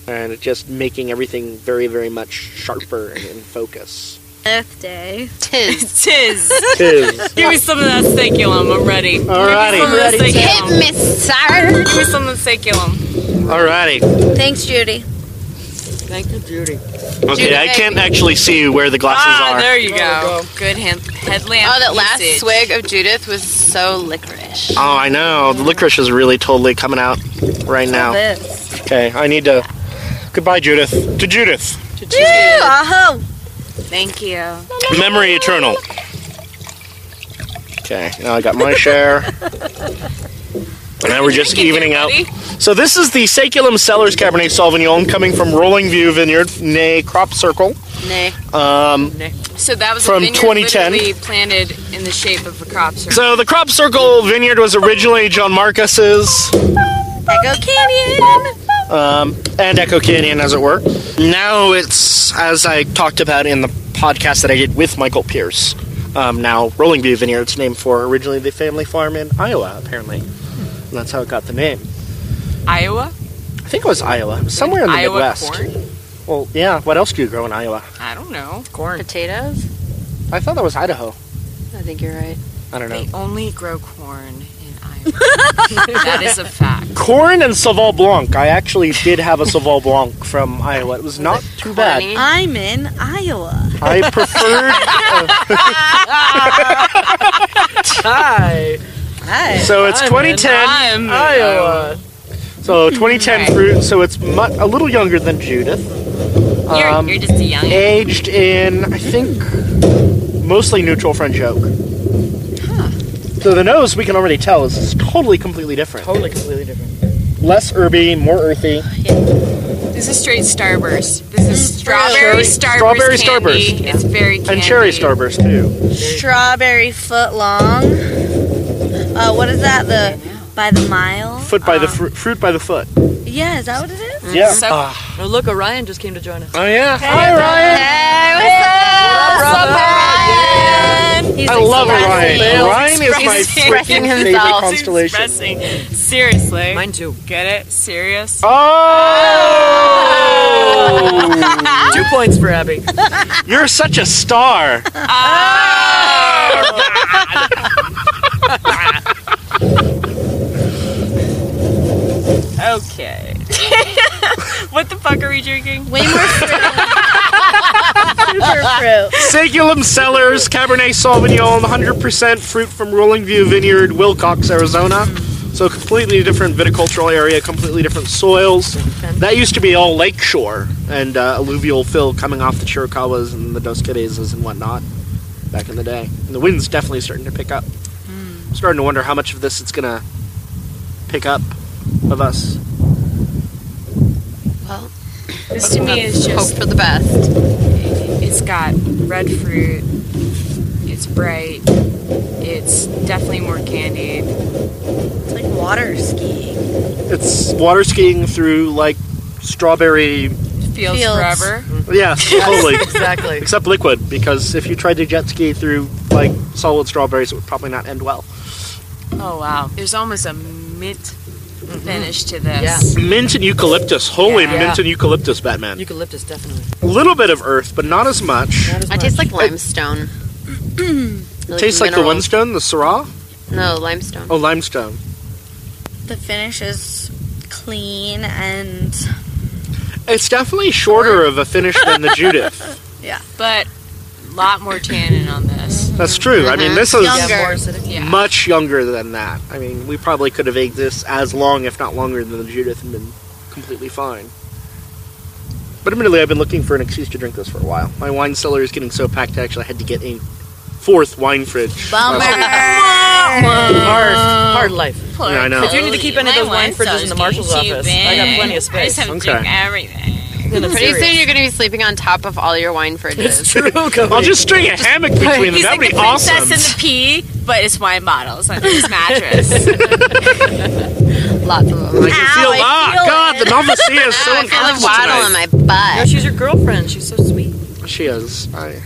[SPEAKER 2] and it's just making everything very, very much sharper and in focus.
[SPEAKER 4] Earth Day.
[SPEAKER 6] Tis.
[SPEAKER 5] Tis.
[SPEAKER 2] Tis.
[SPEAKER 5] Give me some of that saculum. I'm ready. Give
[SPEAKER 2] Alrighty,
[SPEAKER 5] me some of that
[SPEAKER 6] Hit
[SPEAKER 5] saculum.
[SPEAKER 6] me, sir.
[SPEAKER 5] Give me some of the saculum.
[SPEAKER 2] alrighty.
[SPEAKER 4] Thanks, Judy.
[SPEAKER 5] Thank you, Judy.
[SPEAKER 2] Okay, I can't actually see where the
[SPEAKER 5] Ah,
[SPEAKER 2] glasses are.
[SPEAKER 5] there you go. Good hemp headlamp.
[SPEAKER 6] Oh, that last
[SPEAKER 5] usage.
[SPEAKER 6] swig of Judith was so licorice.
[SPEAKER 2] Oh, I know. The licorice is really totally coming out right now.
[SPEAKER 4] This.
[SPEAKER 2] Okay, I need to. Goodbye, Judith. To Judith.
[SPEAKER 4] Woo! Aho!
[SPEAKER 5] Thank you.
[SPEAKER 2] Memory eternal. Okay, now I got my share. and now we're just evening out. So this is the Saculum Cellars Cabernet Sauvignon coming from Rolling View Vineyard, nay Crop Circle.
[SPEAKER 6] Nay.
[SPEAKER 2] Um,
[SPEAKER 5] So that was
[SPEAKER 2] From
[SPEAKER 5] a vineyard
[SPEAKER 2] 2010.
[SPEAKER 5] literally planted in the shape of a crop circle.
[SPEAKER 2] so the Crop Circle Vineyard was originally John Marcus's
[SPEAKER 4] Echo Canyon!
[SPEAKER 2] um, and Echo Canyon, as it were. Now it's, as I talked about in the podcast that I did with Michael Pierce, um, now Rolling View Vineyard. It's named for originally the family farm in Iowa, apparently. And that's how it got the name. I
[SPEAKER 5] Iowa?
[SPEAKER 2] think it was Iowa, It was somewhere in the
[SPEAKER 5] Iowa
[SPEAKER 2] Midwest.
[SPEAKER 5] corn?
[SPEAKER 2] Well, yeah. What else do you grow in Iowa?
[SPEAKER 5] I don't know. Corn.
[SPEAKER 6] Potatoes?
[SPEAKER 2] I thought that was Idaho.
[SPEAKER 6] I think you're right.
[SPEAKER 2] I don't know.
[SPEAKER 5] They only grow corn in Iowa. that is a fact.
[SPEAKER 2] Corn and Sauvignon Blanc. I actually did have a Sauvignon Blanc from Iowa. It was not too bad.
[SPEAKER 6] Corny.
[SPEAKER 4] I'm in Iowa.
[SPEAKER 2] I preferred.
[SPEAKER 3] Hi,
[SPEAKER 4] Hi.
[SPEAKER 2] so it's 2010.
[SPEAKER 5] I'm
[SPEAKER 3] Iowa.
[SPEAKER 2] So 2010 fruit. So it's mu- a little younger than Judith.
[SPEAKER 5] You're,
[SPEAKER 2] Um,
[SPEAKER 5] you're just a young.
[SPEAKER 2] Aged in, I think, mostly neutral French oak. So the nose we can already tell is, is totally completely different.
[SPEAKER 3] Totally, completely different.
[SPEAKER 2] Less herby, more earthy.
[SPEAKER 5] This is straight starburst. This is
[SPEAKER 2] Cherry-
[SPEAKER 5] strawberry starburst.
[SPEAKER 2] strawberry
[SPEAKER 5] candy. It's very candy.
[SPEAKER 2] And cherry starburst too.
[SPEAKER 4] Strawberry foot long. Uh, what is that? The by the mile?
[SPEAKER 2] Foot by the fr- fruit by the foot.
[SPEAKER 4] Yeah, is that what it is?
[SPEAKER 2] Yeah.
[SPEAKER 5] Ah. So-
[SPEAKER 3] Oh, look, Orion just came to join us.
[SPEAKER 2] Oh yeah. Hi Ryan.
[SPEAKER 4] He's
[SPEAKER 2] I love Orion.
[SPEAKER 4] expressing.
[SPEAKER 2] Orion is my
[SPEAKER 5] Expressing
[SPEAKER 2] freaking favorite
[SPEAKER 6] himself.
[SPEAKER 2] constellation.
[SPEAKER 5] Expressing. Seriously.
[SPEAKER 3] Mine too.
[SPEAKER 5] Get it? Serious?
[SPEAKER 2] Oh!
[SPEAKER 3] Two points for Abby.
[SPEAKER 2] You're such a star.
[SPEAKER 5] Okay. what the fuck are we drinking?
[SPEAKER 4] Way more fruit. Super fruit.
[SPEAKER 2] Saculum Cellars Cabernet Sauvignon, 100% fruit from Rolling View Vineyard, Wilcox, Arizona. So completely different viticultural area, completely different soils. That used to be all lakeshore and uh, alluvial fill coming off the Chiricahuas and the Dos Cadezas and whatnot back in the day. And the wind's definitely starting to pick up. I'm starting to wonder how much of this it's gonna pick up of us.
[SPEAKER 5] This to me is
[SPEAKER 6] Hope
[SPEAKER 5] just
[SPEAKER 6] for the best.
[SPEAKER 5] It's got red fruit. It's bright. It's definitely more candied.
[SPEAKER 4] It's like water skiing.
[SPEAKER 2] It's water skiing through like strawberry.
[SPEAKER 5] Feels
[SPEAKER 4] Fields.
[SPEAKER 5] forever.
[SPEAKER 2] Yeah, totally.
[SPEAKER 3] Exactly.
[SPEAKER 2] Except liquid, because if you tried to jet ski through like solid strawberries, it would probably not end well.
[SPEAKER 5] Oh wow. There's almost a mint finish to
[SPEAKER 3] Mm-hmm. Yeah.
[SPEAKER 5] this.
[SPEAKER 2] Mint and eucalyptus. Holy
[SPEAKER 5] Yeah.
[SPEAKER 2] mint and eucalyptus, Batman.
[SPEAKER 3] Eucalyptus, definitely.
[SPEAKER 2] A little bit of earth, but not as much.
[SPEAKER 3] Not as
[SPEAKER 6] I
[SPEAKER 3] much.
[SPEAKER 6] taste like limestone. Like
[SPEAKER 2] Tastes like the
[SPEAKER 6] mineral-
[SPEAKER 2] windstone, the Syrah?
[SPEAKER 6] No, limestone.
[SPEAKER 2] Oh, limestone.
[SPEAKER 4] The finish is clean and
[SPEAKER 2] It's definitely shorter of a finish than the Judith.
[SPEAKER 5] But a lot more tannin on this.
[SPEAKER 2] That's true. I mean, this is
[SPEAKER 4] Younger.
[SPEAKER 3] Yeah, more acidic.
[SPEAKER 5] Yeah.
[SPEAKER 2] much younger than that. I mean, we probably could have aged this as long, if not longer, than the Judith and been completely fine. But admittedly, I've been looking for an excuse to drink this for a while. My wine cellar is getting so packed, I actually had to get a fourth wine fridge.
[SPEAKER 4] bummer.
[SPEAKER 3] Hard, hard life.
[SPEAKER 2] Yeah, I know.
[SPEAKER 3] If you need to keep any of those wine fridges in the marshal's office, I got plenty of
[SPEAKER 5] I just
[SPEAKER 3] space.
[SPEAKER 5] have
[SPEAKER 2] Okay.
[SPEAKER 5] to drink everything.
[SPEAKER 6] Pretty soon you're going to be sleeping on top of all your wine fridges.
[SPEAKER 3] True,
[SPEAKER 2] I'll just string a hammock between them.
[SPEAKER 7] He's
[SPEAKER 2] That'd
[SPEAKER 7] like
[SPEAKER 2] be
[SPEAKER 7] the
[SPEAKER 2] awesome.
[SPEAKER 7] princess in the pea, but it's wine bottles on his mattress.
[SPEAKER 6] Lots of them.
[SPEAKER 2] I can feel, ah, God, the novice is so
[SPEAKER 6] I feel the
[SPEAKER 2] uncomfortable.
[SPEAKER 6] waddle in
[SPEAKER 2] tonight.
[SPEAKER 6] my butt.
[SPEAKER 3] she's your girlfriend. She's so sweet.
[SPEAKER 2] She is. I,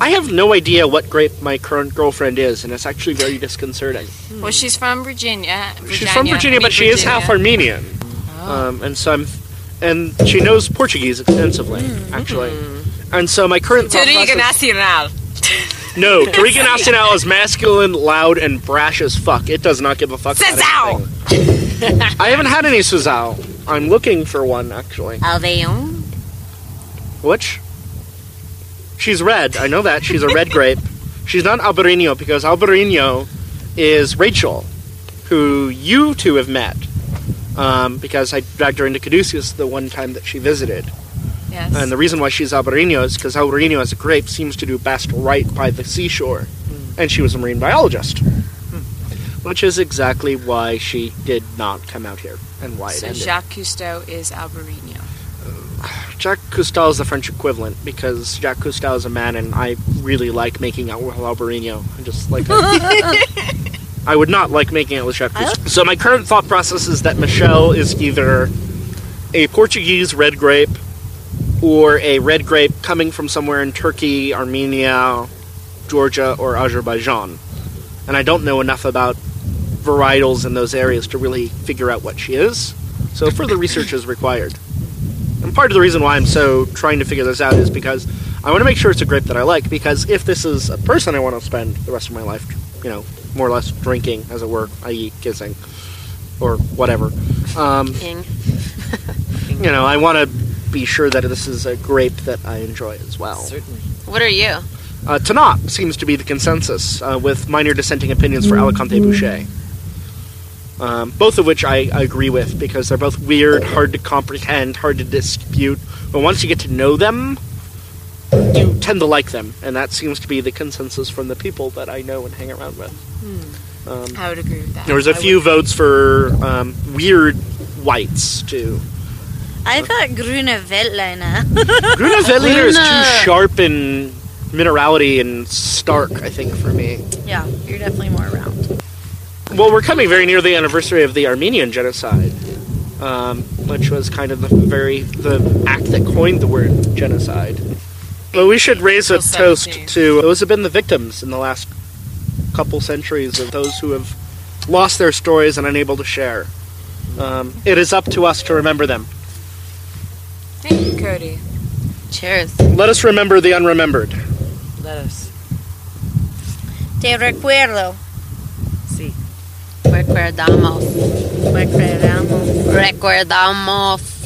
[SPEAKER 2] I have no idea what grape my current girlfriend is, and it's actually very disconcerting.
[SPEAKER 7] Well, she's from Virginia. Virginia
[SPEAKER 2] She's from Virginia,
[SPEAKER 7] I mean,
[SPEAKER 2] but she is
[SPEAKER 7] Virginia.
[SPEAKER 2] half Armenian. Um, and so I'm, and she knows Portuguese extensively, actually. And so my current thought
[SPEAKER 7] Tunic
[SPEAKER 2] process-
[SPEAKER 7] Nacional.
[SPEAKER 2] No, Tariqa Nacional is masculine, loud, and brash as fuck. It does not give a fuck.
[SPEAKER 7] Sazao!
[SPEAKER 2] About anything. I haven't had any Sazao. I'm looking for one actually.
[SPEAKER 7] Alveon.
[SPEAKER 2] Which? She's red. I know that. She's a red grape. She's not Albarino because Albarino is Rachel, who you two have met. Um, because I dragged her into Caduceus the one time that she visited.
[SPEAKER 7] Yes.
[SPEAKER 2] And the reason why she's Albarino is because Albarino as a grape seems to do best right by the seashore. And she was a marine biologist. Which is exactly why she did not come out here and why it
[SPEAKER 7] so
[SPEAKER 2] ended.
[SPEAKER 7] Jacques Cousteau is Albarino.
[SPEAKER 2] Jacques Cousteau is the French equivalent because Jacques Cousteau is a man, and I really like making out with Albarino. I just like. I would not like making out with Jacques Cousteau. So my current thought process is that Michelle is either a Portuguese red grape or a red grape coming from somewhere in Turkey, Armenia, Georgia, or Azerbaijan, and I don't know enough about varietals in those areas to really figure out what she is. So further research is required. And part of the reason why I'm so trying to figure this out is because I want to make sure it's a grape that I like. Because if this is a person I want to spend the rest of my life, you know, more or less drinking, as it were, i.e., kissing or whatever, um,
[SPEAKER 6] King.
[SPEAKER 2] you know, I want to be sure that this is a grape that I enjoy as well.
[SPEAKER 3] Certainly.
[SPEAKER 6] What are you?
[SPEAKER 2] Uh, Tanat seems to be the consensus, uh, with minor dissenting opinions for Alicante Boucher. Um, both of which I, I agree with because they're both weird, hard to comprehend, hard to dispute. But once you get to know them, you tend to like them, and that seems to be the consensus from the people that I know and hang around with.
[SPEAKER 7] I would agree with that.
[SPEAKER 2] There was a few votes for um, weird whites too.
[SPEAKER 4] I thought Grüne Veltliner.
[SPEAKER 2] Gruna Veltliner is
[SPEAKER 6] Grüne.
[SPEAKER 2] too sharp and minerality and stark, I think, for me.
[SPEAKER 4] yeah, you're definitely more round.
[SPEAKER 2] Well, we're coming very near the anniversary of the Armenian genocide, um, which was kind of the very the act that coined the word genocide. But we should raise a
[SPEAKER 7] April
[SPEAKER 2] toast
[SPEAKER 7] 17th.
[SPEAKER 2] to those have been the victims in the last couple centuries of those who have lost their stories and unable to share. Um, it is up to us to remember them.
[SPEAKER 7] Thank you, Cody.
[SPEAKER 6] Cheers.
[SPEAKER 2] Let us remember the unremembered.
[SPEAKER 3] Let us
[SPEAKER 4] Te recuerdo.
[SPEAKER 3] see.
[SPEAKER 6] Recuerdamos.
[SPEAKER 4] Recuerdamos.
[SPEAKER 6] Recuerdamos.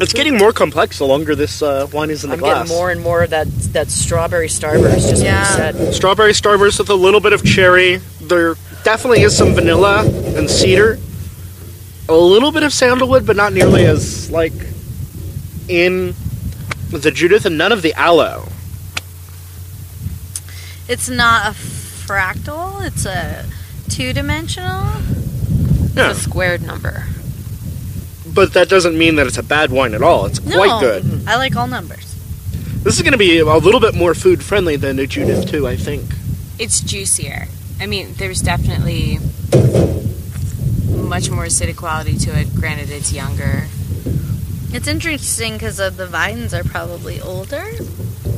[SPEAKER 2] It's getting more complex the longer this uh, wine is in the
[SPEAKER 3] I'm
[SPEAKER 2] glass.
[SPEAKER 3] getting more and more of that that strawberry starburst. Just
[SPEAKER 4] Yeah.
[SPEAKER 3] what you said.
[SPEAKER 2] Strawberry starburst with a little bit of cherry. There definitely is some vanilla and cedar. A little bit of sandalwood, but not nearly as like in the Judith and none of the aloe.
[SPEAKER 4] It's not a fractal. It's a two-dimensional.
[SPEAKER 2] Yeah.
[SPEAKER 6] It's a squared number.
[SPEAKER 2] But that doesn't mean that it's a bad wine at all. It's
[SPEAKER 4] No.
[SPEAKER 2] quite good.
[SPEAKER 4] I like all numbers.
[SPEAKER 2] This is going to be a little bit more food friendly than the Judith too, I think.
[SPEAKER 7] It's juicier. I mean, there's definitely much more acidic quality to it. Granted, it's younger.
[SPEAKER 4] It's interesting because the vines are probably older.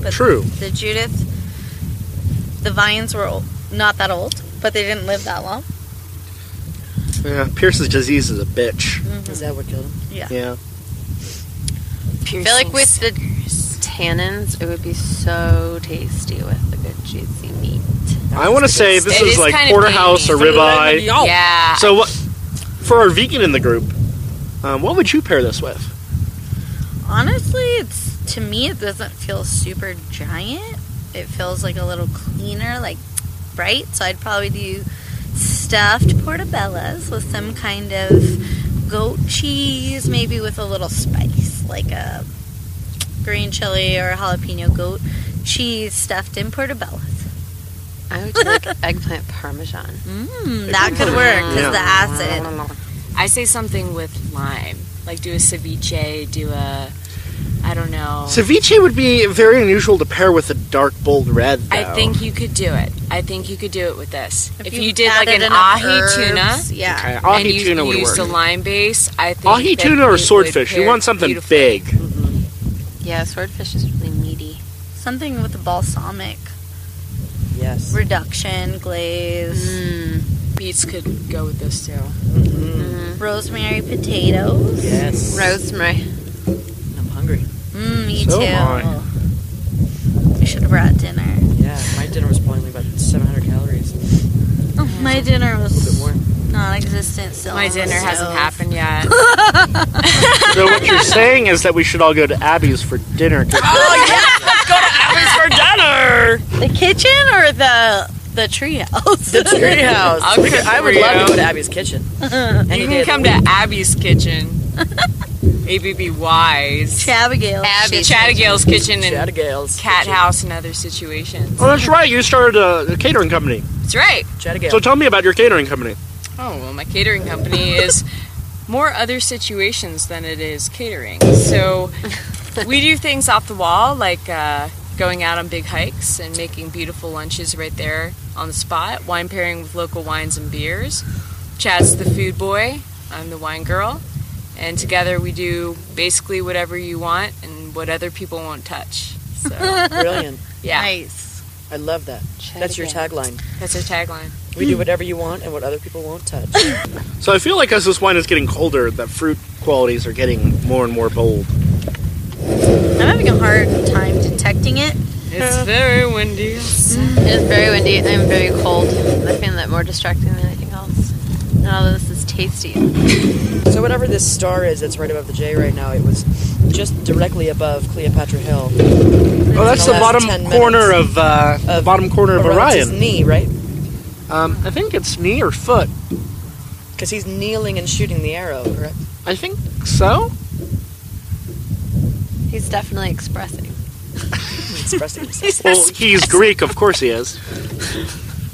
[SPEAKER 4] But
[SPEAKER 2] True.
[SPEAKER 4] The Judith, the vines were old, not that old, but they didn't live that long.
[SPEAKER 2] Yeah, Pierce's disease is a bitch.
[SPEAKER 3] Is that what killed him?
[SPEAKER 2] Yeah.
[SPEAKER 6] I feel like with the tannins, it would be so tasty with a good juicy meat.
[SPEAKER 2] I want to say this
[SPEAKER 7] It
[SPEAKER 2] is
[SPEAKER 7] is
[SPEAKER 2] like
[SPEAKER 7] kind of
[SPEAKER 2] porterhouse or
[SPEAKER 7] gamey.
[SPEAKER 2] ribeye.
[SPEAKER 7] Yeah.
[SPEAKER 2] So, what, for our vegan in the group, um, what would you pair this with?
[SPEAKER 4] Honestly, it's to me it doesn't feel super giant. It feels like a little cleaner, like bright. So I'd probably do stuffed portobellas with some kind of goat cheese, maybe with a little spice, like a green chili or jalapeno goat cheese stuffed in portobellas.
[SPEAKER 6] I would do like eggplant parmesan.
[SPEAKER 4] Mm, that Mmm, could work because
[SPEAKER 2] Yeah.
[SPEAKER 4] the acid.
[SPEAKER 7] I say something with lime.
[SPEAKER 5] Like do a ceviche, do a I don't know.
[SPEAKER 2] Ceviche would be very unusual to pair with a dark, bold red. Though.
[SPEAKER 5] I think you could do it. I think you could do it with this. If, you,
[SPEAKER 4] you've
[SPEAKER 5] did like
[SPEAKER 4] added
[SPEAKER 5] an
[SPEAKER 4] enough
[SPEAKER 5] ahi
[SPEAKER 4] herbs,
[SPEAKER 5] tuna
[SPEAKER 4] Yeah.
[SPEAKER 2] Okay,
[SPEAKER 5] and
[SPEAKER 2] Uh, ahi
[SPEAKER 5] you
[SPEAKER 2] tuna would
[SPEAKER 5] used
[SPEAKER 2] work.
[SPEAKER 5] a lime base, I think
[SPEAKER 2] Ahi
[SPEAKER 5] that
[SPEAKER 2] tuna
[SPEAKER 5] it
[SPEAKER 2] or
[SPEAKER 5] would
[SPEAKER 2] swordfish? You
[SPEAKER 5] pair
[SPEAKER 2] want something
[SPEAKER 5] beautifully.
[SPEAKER 2] big.
[SPEAKER 6] Yeah, swordfish is really meaty.
[SPEAKER 4] Something with the balsamic
[SPEAKER 3] Yes.
[SPEAKER 4] reduction,
[SPEAKER 6] Mm.
[SPEAKER 4] glaze,
[SPEAKER 6] Mm-hmm.
[SPEAKER 5] Beets could go with this too.
[SPEAKER 4] rosemary potatoes.
[SPEAKER 3] Yes.
[SPEAKER 6] Rosemary.
[SPEAKER 3] I'm hungry.
[SPEAKER 4] Mm, me
[SPEAKER 2] So
[SPEAKER 4] too.
[SPEAKER 2] am
[SPEAKER 4] We should have brought dinner.
[SPEAKER 3] Yeah, my dinner was probably about 700 calories.
[SPEAKER 4] Oh, my dinner
[SPEAKER 3] Good
[SPEAKER 4] was
[SPEAKER 3] more.
[SPEAKER 4] non-existent. Still,
[SPEAKER 5] My
[SPEAKER 4] on the
[SPEAKER 5] dinner hasn't
[SPEAKER 4] stove.
[SPEAKER 5] happened yet.
[SPEAKER 2] So what you're saying is that we should all go to Abby's for
[SPEAKER 5] Oh,
[SPEAKER 2] dinner.
[SPEAKER 4] The kitchen or the the treehouse?
[SPEAKER 3] The treehouse.
[SPEAKER 5] I'll
[SPEAKER 3] We could- I would
[SPEAKER 5] cook for
[SPEAKER 3] love to
[SPEAKER 5] you.
[SPEAKER 3] go to Abby's kitchen. Any
[SPEAKER 5] You
[SPEAKER 3] day
[SPEAKER 5] can
[SPEAKER 3] of the
[SPEAKER 5] come to Abby's kitchen. ABBY's.
[SPEAKER 4] Abigail.
[SPEAKER 6] Abby's
[SPEAKER 5] Chattagale's kitchen
[SPEAKER 3] week.
[SPEAKER 5] and
[SPEAKER 3] Chattagales.
[SPEAKER 5] Cat
[SPEAKER 3] kitchen.
[SPEAKER 5] House and other situations.
[SPEAKER 2] Oh, that's right. You started a, a catering company.
[SPEAKER 5] That's right.
[SPEAKER 3] Chattagales.
[SPEAKER 2] So tell me about your catering company.
[SPEAKER 5] Oh, well, my catering company is more other situations than it is catering. So we do things off the wall, like uh, going out on big hikes and making beautiful lunches right there on the spot, wine pairing with local wines and beers. Chad's the food boy, I'm the wine girl. And together we do basically whatever you want and what other people won't touch. So,
[SPEAKER 3] Brilliant.
[SPEAKER 5] yeah,
[SPEAKER 4] Nice.
[SPEAKER 3] I love that. That's your tagline.
[SPEAKER 5] that's our tagline.
[SPEAKER 3] We do whatever you want and what other people won't touch.
[SPEAKER 2] So I feel like as this wine is getting colder, the fruit qualities are getting more and more bold.
[SPEAKER 4] I'm having a hard time detecting it.
[SPEAKER 5] It's very windy.
[SPEAKER 6] It is very windy. I'm very cold. I find that more distracting than anything else. And although this is tasty,
[SPEAKER 3] So whatever this star is that's right above the J right now, it was just directly above Cleopatra Hill.
[SPEAKER 2] Oh, that's
[SPEAKER 3] the
[SPEAKER 2] the
[SPEAKER 3] last
[SPEAKER 2] bottom
[SPEAKER 3] 10
[SPEAKER 2] corner of, uh,
[SPEAKER 3] Of-
[SPEAKER 2] bottom corner of
[SPEAKER 3] Around his
[SPEAKER 2] Orion.
[SPEAKER 3] knee, right?
[SPEAKER 2] Um, I think it's knee or foot.
[SPEAKER 3] Because he's kneeling and shooting the arrow, correct?
[SPEAKER 2] I think so.
[SPEAKER 6] he's definitely expressing.
[SPEAKER 3] Expressing himself.
[SPEAKER 2] Well, he's Greek, of course he is.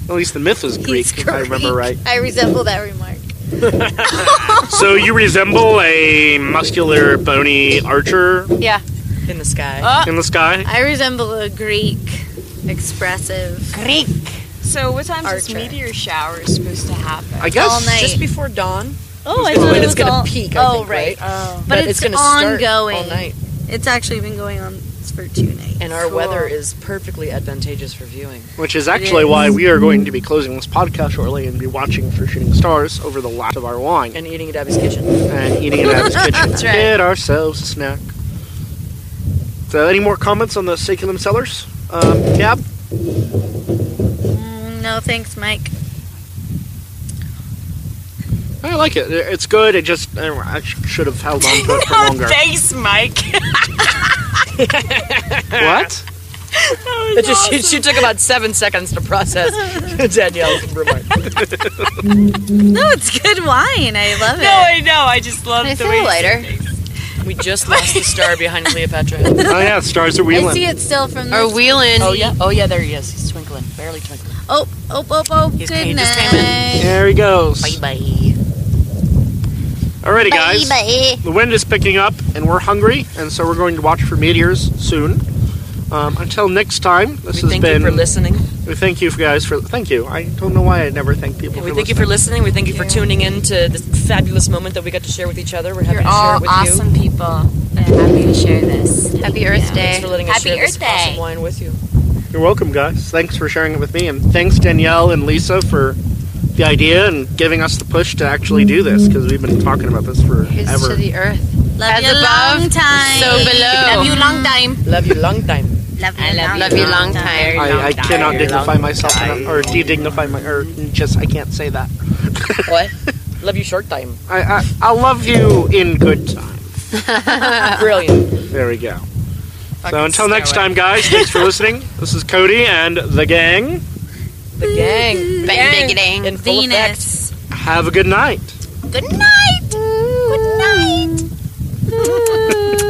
[SPEAKER 2] At least the myth was Greek, if I remember right.
[SPEAKER 4] I resemble that remark.
[SPEAKER 2] So you resemble a muscular, bony archer
[SPEAKER 6] Yeah,
[SPEAKER 3] in the sky.
[SPEAKER 2] in the sky.
[SPEAKER 4] I resemble a Greek expressive. Greek.
[SPEAKER 5] So, what time is this
[SPEAKER 4] Archer.
[SPEAKER 5] meteor shower supposed to happen?
[SPEAKER 2] I
[SPEAKER 4] All night.
[SPEAKER 2] guess.
[SPEAKER 3] Just before dawn,
[SPEAKER 4] Oh, I
[SPEAKER 3] It's
[SPEAKER 4] thought
[SPEAKER 3] when
[SPEAKER 4] it
[SPEAKER 3] it's
[SPEAKER 4] was
[SPEAKER 3] gonna
[SPEAKER 4] all-
[SPEAKER 3] peak, I
[SPEAKER 4] Oh,
[SPEAKER 3] think,
[SPEAKER 4] right.
[SPEAKER 3] right?
[SPEAKER 4] Oh, but,
[SPEAKER 3] but,
[SPEAKER 4] it's,
[SPEAKER 3] going to
[SPEAKER 4] ongoing.
[SPEAKER 3] start all night.
[SPEAKER 4] It's actually been going on for two nights.
[SPEAKER 3] And our
[SPEAKER 5] Cool.
[SPEAKER 3] weather is perfectly advantageous for viewing.
[SPEAKER 2] Which is actually why we are going to be closing this podcast shortly and be watching for shooting stars over the last of our wine
[SPEAKER 3] And eating at Abby's kitchen.
[SPEAKER 2] and eating it out of his kitchen.
[SPEAKER 4] right.
[SPEAKER 2] Get ourselves a snack. So, any more comments on the Saculum Cellars? Um, Gab?
[SPEAKER 4] Mm, no thanks, Mike.
[SPEAKER 2] I like it. It's good. It just I, don't know, I sh- should have held on to it for longer.
[SPEAKER 5] Thanks, Mike.
[SPEAKER 2] What?
[SPEAKER 3] It just, she, she took about seven seconds to process Danielle's remark.
[SPEAKER 4] No, it's good wine. I love
[SPEAKER 5] No,
[SPEAKER 4] it.
[SPEAKER 5] I know. I just love
[SPEAKER 6] Can I
[SPEAKER 5] the
[SPEAKER 6] see
[SPEAKER 5] way.
[SPEAKER 6] a lighter?
[SPEAKER 3] We just lost the star behind Cleopatra Hill.
[SPEAKER 2] Oh yeah, stars are
[SPEAKER 4] I see
[SPEAKER 2] wheeling.
[SPEAKER 4] it still from the.
[SPEAKER 6] Or wheeling.
[SPEAKER 3] Oh, yeah. Oh, yeah, there he is. He's twinkling. Barely twinkling.
[SPEAKER 4] Oh, oh, oh, oh.
[SPEAKER 3] He's-
[SPEAKER 4] good
[SPEAKER 3] he
[SPEAKER 4] night.
[SPEAKER 3] just came in.
[SPEAKER 2] There he goes.
[SPEAKER 3] bye.
[SPEAKER 2] Alrighty, guys. The wind is picking up, and we're hungry, and so we're going to watch for meteors soon. Um, until next time, this has
[SPEAKER 3] We thank
[SPEAKER 2] been.
[SPEAKER 3] you for listening.
[SPEAKER 2] we thank you guys for thank you. I don't know why I never thank people.
[SPEAKER 3] We
[SPEAKER 2] for
[SPEAKER 3] thank you for
[SPEAKER 2] listening.
[SPEAKER 3] listening. We thank you for tuning in to this fabulous moment that we got to share with each other. We're happy
[SPEAKER 5] You're
[SPEAKER 3] to share it
[SPEAKER 5] all
[SPEAKER 3] with you.
[SPEAKER 5] awesome people. I'm happy to share this.
[SPEAKER 6] Happy Earth
[SPEAKER 3] Thanks
[SPEAKER 6] Day.
[SPEAKER 3] for letting us
[SPEAKER 5] Happy
[SPEAKER 3] share this
[SPEAKER 5] Earth Day.
[SPEAKER 3] awesome wine with you.
[SPEAKER 2] You're welcome, guys. Thanks for sharing it with me, and thanks Danielle and Lisa for the idea and giving us the push to actually do this because we've been talking about this
[SPEAKER 6] Here's to
[SPEAKER 2] forever.
[SPEAKER 6] the earth.
[SPEAKER 4] Love
[SPEAKER 6] As
[SPEAKER 4] you
[SPEAKER 6] above,
[SPEAKER 4] long time.
[SPEAKER 6] So below.
[SPEAKER 5] you long time.
[SPEAKER 3] Love you long time.
[SPEAKER 4] Love you,
[SPEAKER 5] I love
[SPEAKER 6] Love you long time.
[SPEAKER 2] I, I
[SPEAKER 5] Long
[SPEAKER 2] cannot
[SPEAKER 5] time.
[SPEAKER 2] dignify myself enough, or de-dignify my, or just I can't say that.
[SPEAKER 3] What? Love you short time.
[SPEAKER 2] I, I I love you in good time.
[SPEAKER 3] Brilliant.
[SPEAKER 2] There we go. So until next time, guys, thanks for listening. This is Cody and the gang.
[SPEAKER 3] The gang.
[SPEAKER 6] Bang, ding, ding.
[SPEAKER 3] In full effect.
[SPEAKER 4] Venus.
[SPEAKER 2] Have a good night.
[SPEAKER 4] Good night. Good night.